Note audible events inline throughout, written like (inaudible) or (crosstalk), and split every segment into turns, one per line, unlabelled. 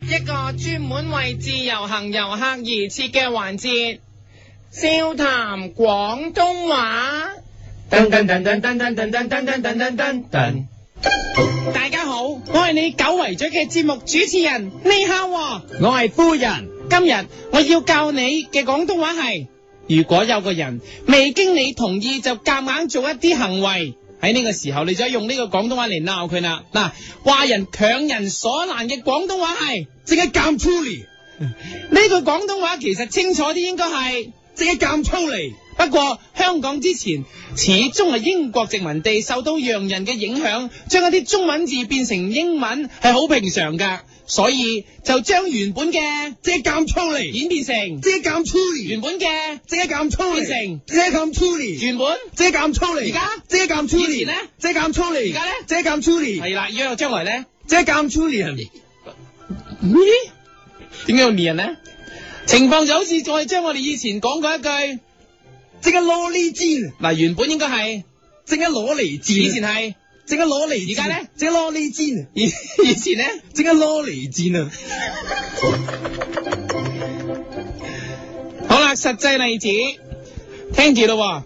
一個專門為自由行遊客而設嘅環節，笑談廣東話。
噔噔噔噔噔噔噔噔噔噔噔噔。
大家好，我係你久違咗嘅節目主持人，你好啊，我係夫人。今日我要教你嘅廣東話係：如果有個人未經你同意就夾硬做一啲行為，喺呢個時候你就用呢個廣東話嚟鬧佢啦。嗱，話人強人所難嘅廣東話係
即刻減粗嚟，
呢句廣東話其實清楚啲應該係。
即刻減粗嚟，
不過香港之前始終係英國殖民地，受到洋人嘅影響，將一啲中文字變成英文係好平常㗎，所以就將原本嘅
即刻減粗嚟，
演變成
即刻減粗
原
嚟，
本嘅
即刻減粗
變
嚟，
成
即刻減粗嚟，
原本
即刻減粗嚟，
而家
即刻減粗
以前
嚟
呢，
即刻減粗嚟，
而家呢
即刻減粗嚟，
係啦，如果有將來咧，
即刻減粗嚟，
咩？點解要滅人咧？情況就好似再將我哋以前講過一句，
即刻攞呢箭，
嗱原本應該係
即刻攞嚟箭，
以前係，
即刻攞嚟，啊
而家呢，
即刻攞呢箭，
以以前咧。
即刻攞嚟箭啊！
好啦，實際例子，聽住咯喎。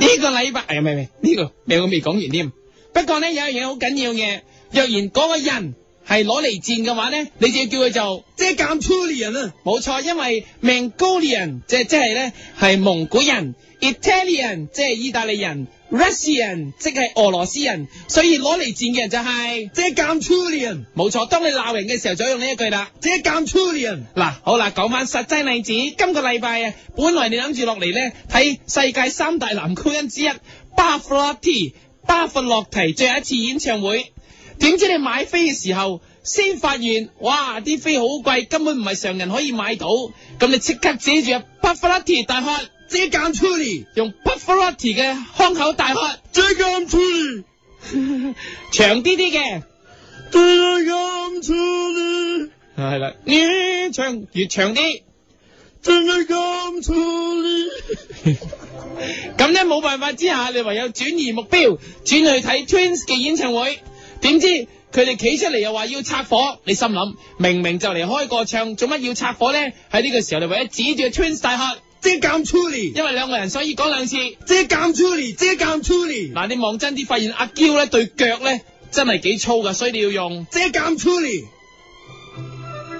呢、個禮拜，哎呀，唔係唔係，呢、個未我未講完添。不過咧，有一樣嘢好緊要嘅，若然嗰個人係攞嚟賤嘅話咧，你就要叫佢做
即刻減粗嚟人啊！
冇錯，因為 Mongolian 即係即係咧係蒙古人，Italian 即係意大利人，Russian 即係俄羅斯人，所以攞嚟賤嘅人就係、
即刻減粗嚟人，
冇錯。當你鬧人嘅時候，就用呢一句啦。
即刻減粗啊嚟人，
嗱，好啦，講翻實際例子。今個禮拜啊，本來你諗住落嚟咧睇世界三大男高音之一巴弗洛提巴弗洛提最後一次演唱會，點知你買飛嘅時候先發現，哇！啲飛好貴，根本唔係常人可以買到。咁你即刻指住巴弗洛提大喝，
即刻減粗嚟，
用巴弗洛提嘅腔口大喝，
即刻減粗嚟，
長啲啲嘅。
即刻減粗嚟。
(laughs) 係啦，越長越長啲。
真係咁粗呢？
咁咧冇辦法之下，你唯有轉移目標，轉去睇 Twins 嘅演唱會。點知佢哋企出嚟又話要拆火，你心諗明明就嚟開個唱，做乜要拆火咧？喺呢個時候，你唯有指住 Twins 大喝，
即係減粗嚟，
因為兩個人所以講兩次。
即係減粗嚟，即係減粗嚟，
嗱，你望真啲，發現阿嬌咧對腳咧真係幾粗噶，所以你要用
即係減粗嚟，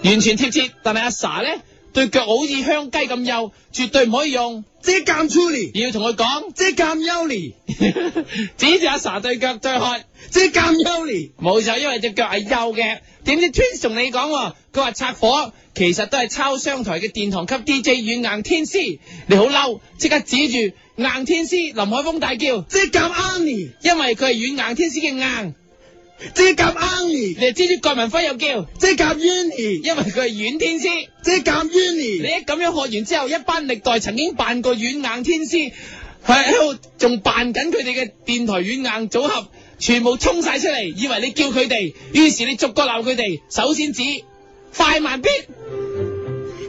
完全貼切。但係阿 Sa 咧對腳好似香雞咁幼，絕對唔可以用，
即係減粗嚟，
要同佢講， (laughs)
即係減優嚟，
指住阿 Sa 對腳對喝。
即係減優嚟，
冇錯，因為隻腳係幼嘅。點知 Twins 同你講喎，佢話拆火其實都係抄商台嘅殿堂級 DJ 軟硬天師。你好嬲，即刻指住硬天師林海峰大叫，
即係減啱嚟，
因為佢係軟硬天師嘅硬。
即係減啱嚟，
你又指住郭文輝又叫，
即係減冤嚟，
因為佢係軟天師。
即係減冤
你
嚟，
一咁樣喝完之後，一班歷代曾經扮過軟硬天師，係喺度仲扮緊佢哋嘅電台軟硬組合，全部衝晒出嚟，以為你叫佢哋，於是你逐個鬧佢哋，首先指快慢必，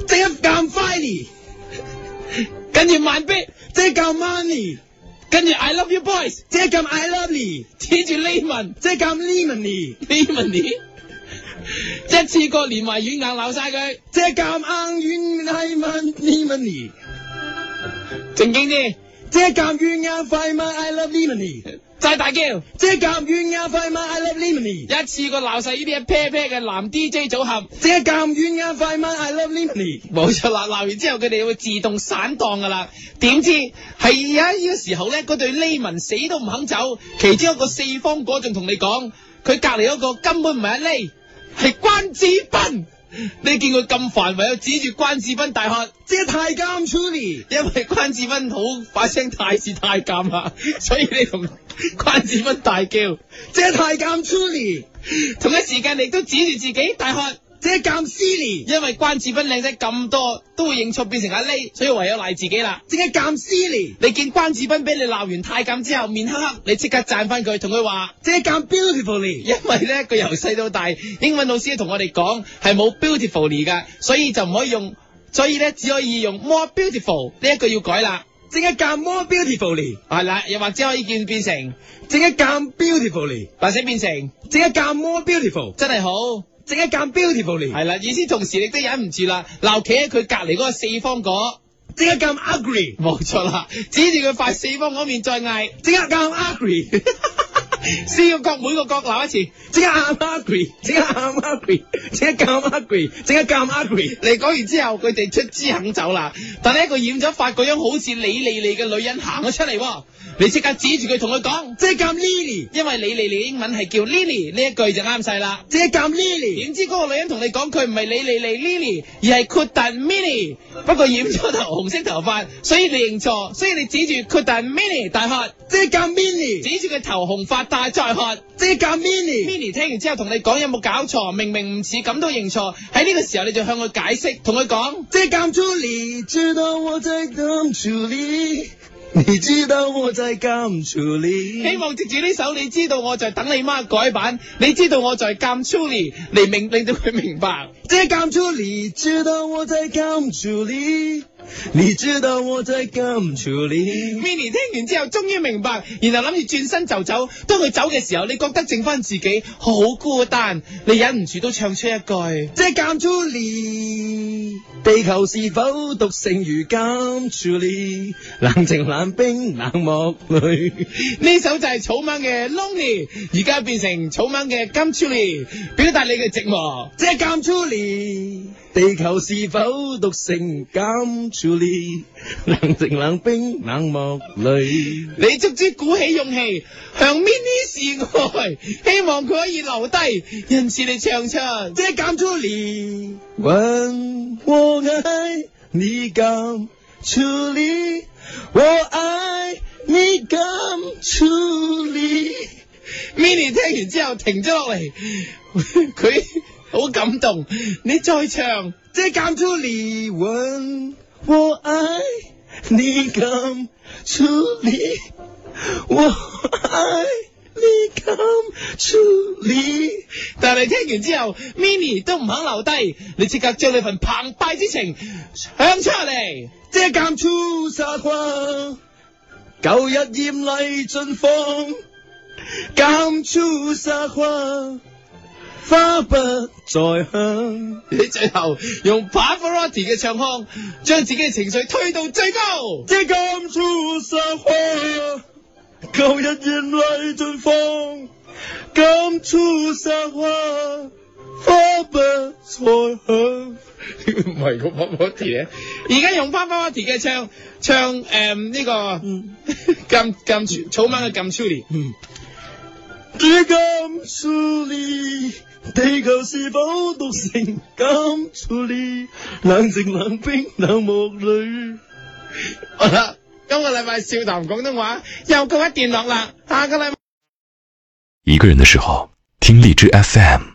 即係減快嚟，
跟住慢必，
即係減慢嚟，
跟住 I love you boys，
即係減 I love 嚟，
指住 (laughs) Lemon
即係減 lemon 嚟，
Lemon (laughs) 一次過連埋軟硬鬧晒佢，
即係減硬軟係問 lemon 嚟，
靜經啲，
即係減軟硬快問 I love lemon 嚟。
再大叫。
即係夾軟硬快慢，I love lemony。
一次過鬧晒呢啲一 pair pair 嘅男 DJ 組合，
即係夾軟硬快慢，I love lemony。
冇錯啦，鬧完之後佢哋會自動散檔噶啦。點知係啊呢個時候咧，嗰對 l 文死都唔肯走，其中一個四方果仲同你講，佢隔離嗰個根本唔係阿 Lay，係關智斌。你見佢咁煩，唯有指住關智斌大喝。
即係太監 Truly。
因為關智斌好把聲太似太監啦， (laughs) 所以你同關智斌大叫，
即係太監 Truly。
同一時間你都指住自己大喝。
即係夾 Silly。
因為關智斌靚仔咁多，都會認錯變成阿 Lay，所以唯有賴自己啦。
即係夾 Silly。
你見關智斌俾你鬧完太監之後面黑黑，你即刻讚翻佢，同佢話，
即係夾 Beautifully。
因為咧佢由細到大，英文老師同我哋講係冇 beautifully 噶，所以就唔可以用，所以咧只可以用 more beautiful 呢一句要改啦。
即係夾 More Beautifully。
係啦，又或者可以變變成，
即係夾 Beautifully。
或者變成
即係夾 More Beautiful。
真係好，
即刻減 beautifully，
係啦，意思同時你都忍唔住啦，鬧企喺佢隔離嗰個四方果，
即刻減 ugly，
冇錯啦，指住佢塊四方嗰面再嗌， (laughs)
即刻減 ugly，
四個角每個角鬧一次。
即刻減 ugly，即刻減 ugly，即刻減 ugly，即刻減 ugly。
你講完之後，佢哋出資肯走啦。但係一個染咗髮個樣好似李莉莉嘅女人行咗出嚟喎，你即刻指住佢同佢講，
即刻減 Lily，
因為李莉莉英文係叫 Lily 呢一句就啱晒啦。
即刻減 Lily，
點知嗰個女人同你講佢唔係李莉莉 Lily，而係 Kudan Mini，不過染咗頭紅色頭髮，所以你認錯，所以你指住 Kudan Mini 大喝，
即刻減 Mini，
指住佢頭紅髮大再喝。
即刻減 Mini，
Mini 聽完之後同你講有冇搞錯，明明唔似咁都認錯，喺呢個時候你就向佢解釋，同佢講。
即刻減 Julie。
你知道我在感处理，你知道我在感处理。
希望藉住呢首，你知道我在等你媽改版，你知道我在監 Chuli 嚟明令到佢明白。
在感处理，知道我在感处理，你知道我在感处理。
Mini 聽完之後，終於明白，然後諗住轉身就走。當佢走嘅時候，你覺得剩翻自己好孤單，你忍唔住都唱出一句。
即減 Julie，地球是否獨剩如減 Julie？冷靜冷冰冷漠淚，
呢首就係草蜢嘅 Lonely，而家變成草蜢嘅 Gum Chuli，表達你嘅寂寞。
即減 Julie，地球是否獨剩減 Julie？冷靜冷冰冷漠淚。
你足之鼓起勇氣向 Mini 示愛，希望佢可以留低。因此你唱出。
即減 Julie，問我愛你減 Julie，我愛你減 Julie。
Mini 聽完之後停咗落嚟， (laughs) 佢好感動。你再唱，
即減 Julie 吻我愛你咁 Julie，我愛你咁 Julie。
但係聽完之後，Mini 都唔肯留低。你即刻將你份澎湃之情唱出嚟。
即減 Julie 撒花，舊日豔麗盡放，減 Julie 撒花，花不再香。
你最後用 Pavarotti 嘅唱腔，將自己嘅情緒推到最高。
即咁粗撒花，舊日艷麗盡放，咁粗撒花，花不再響。
唔係個 Pavarotti 咧，而家用 Pavarotti 嘅唱唱誒呢個 (laughs)
嗯
咁咁草蜢嘅咁 Chuli。
嗯，即咁粗理，地球是否獨成咁粗理？冷靜冷冰冷漠淚。
好啦，今個禮拜笑談廣東話又告一段落啦，下個禮拜。
一个人的时候，听荔枝 FM。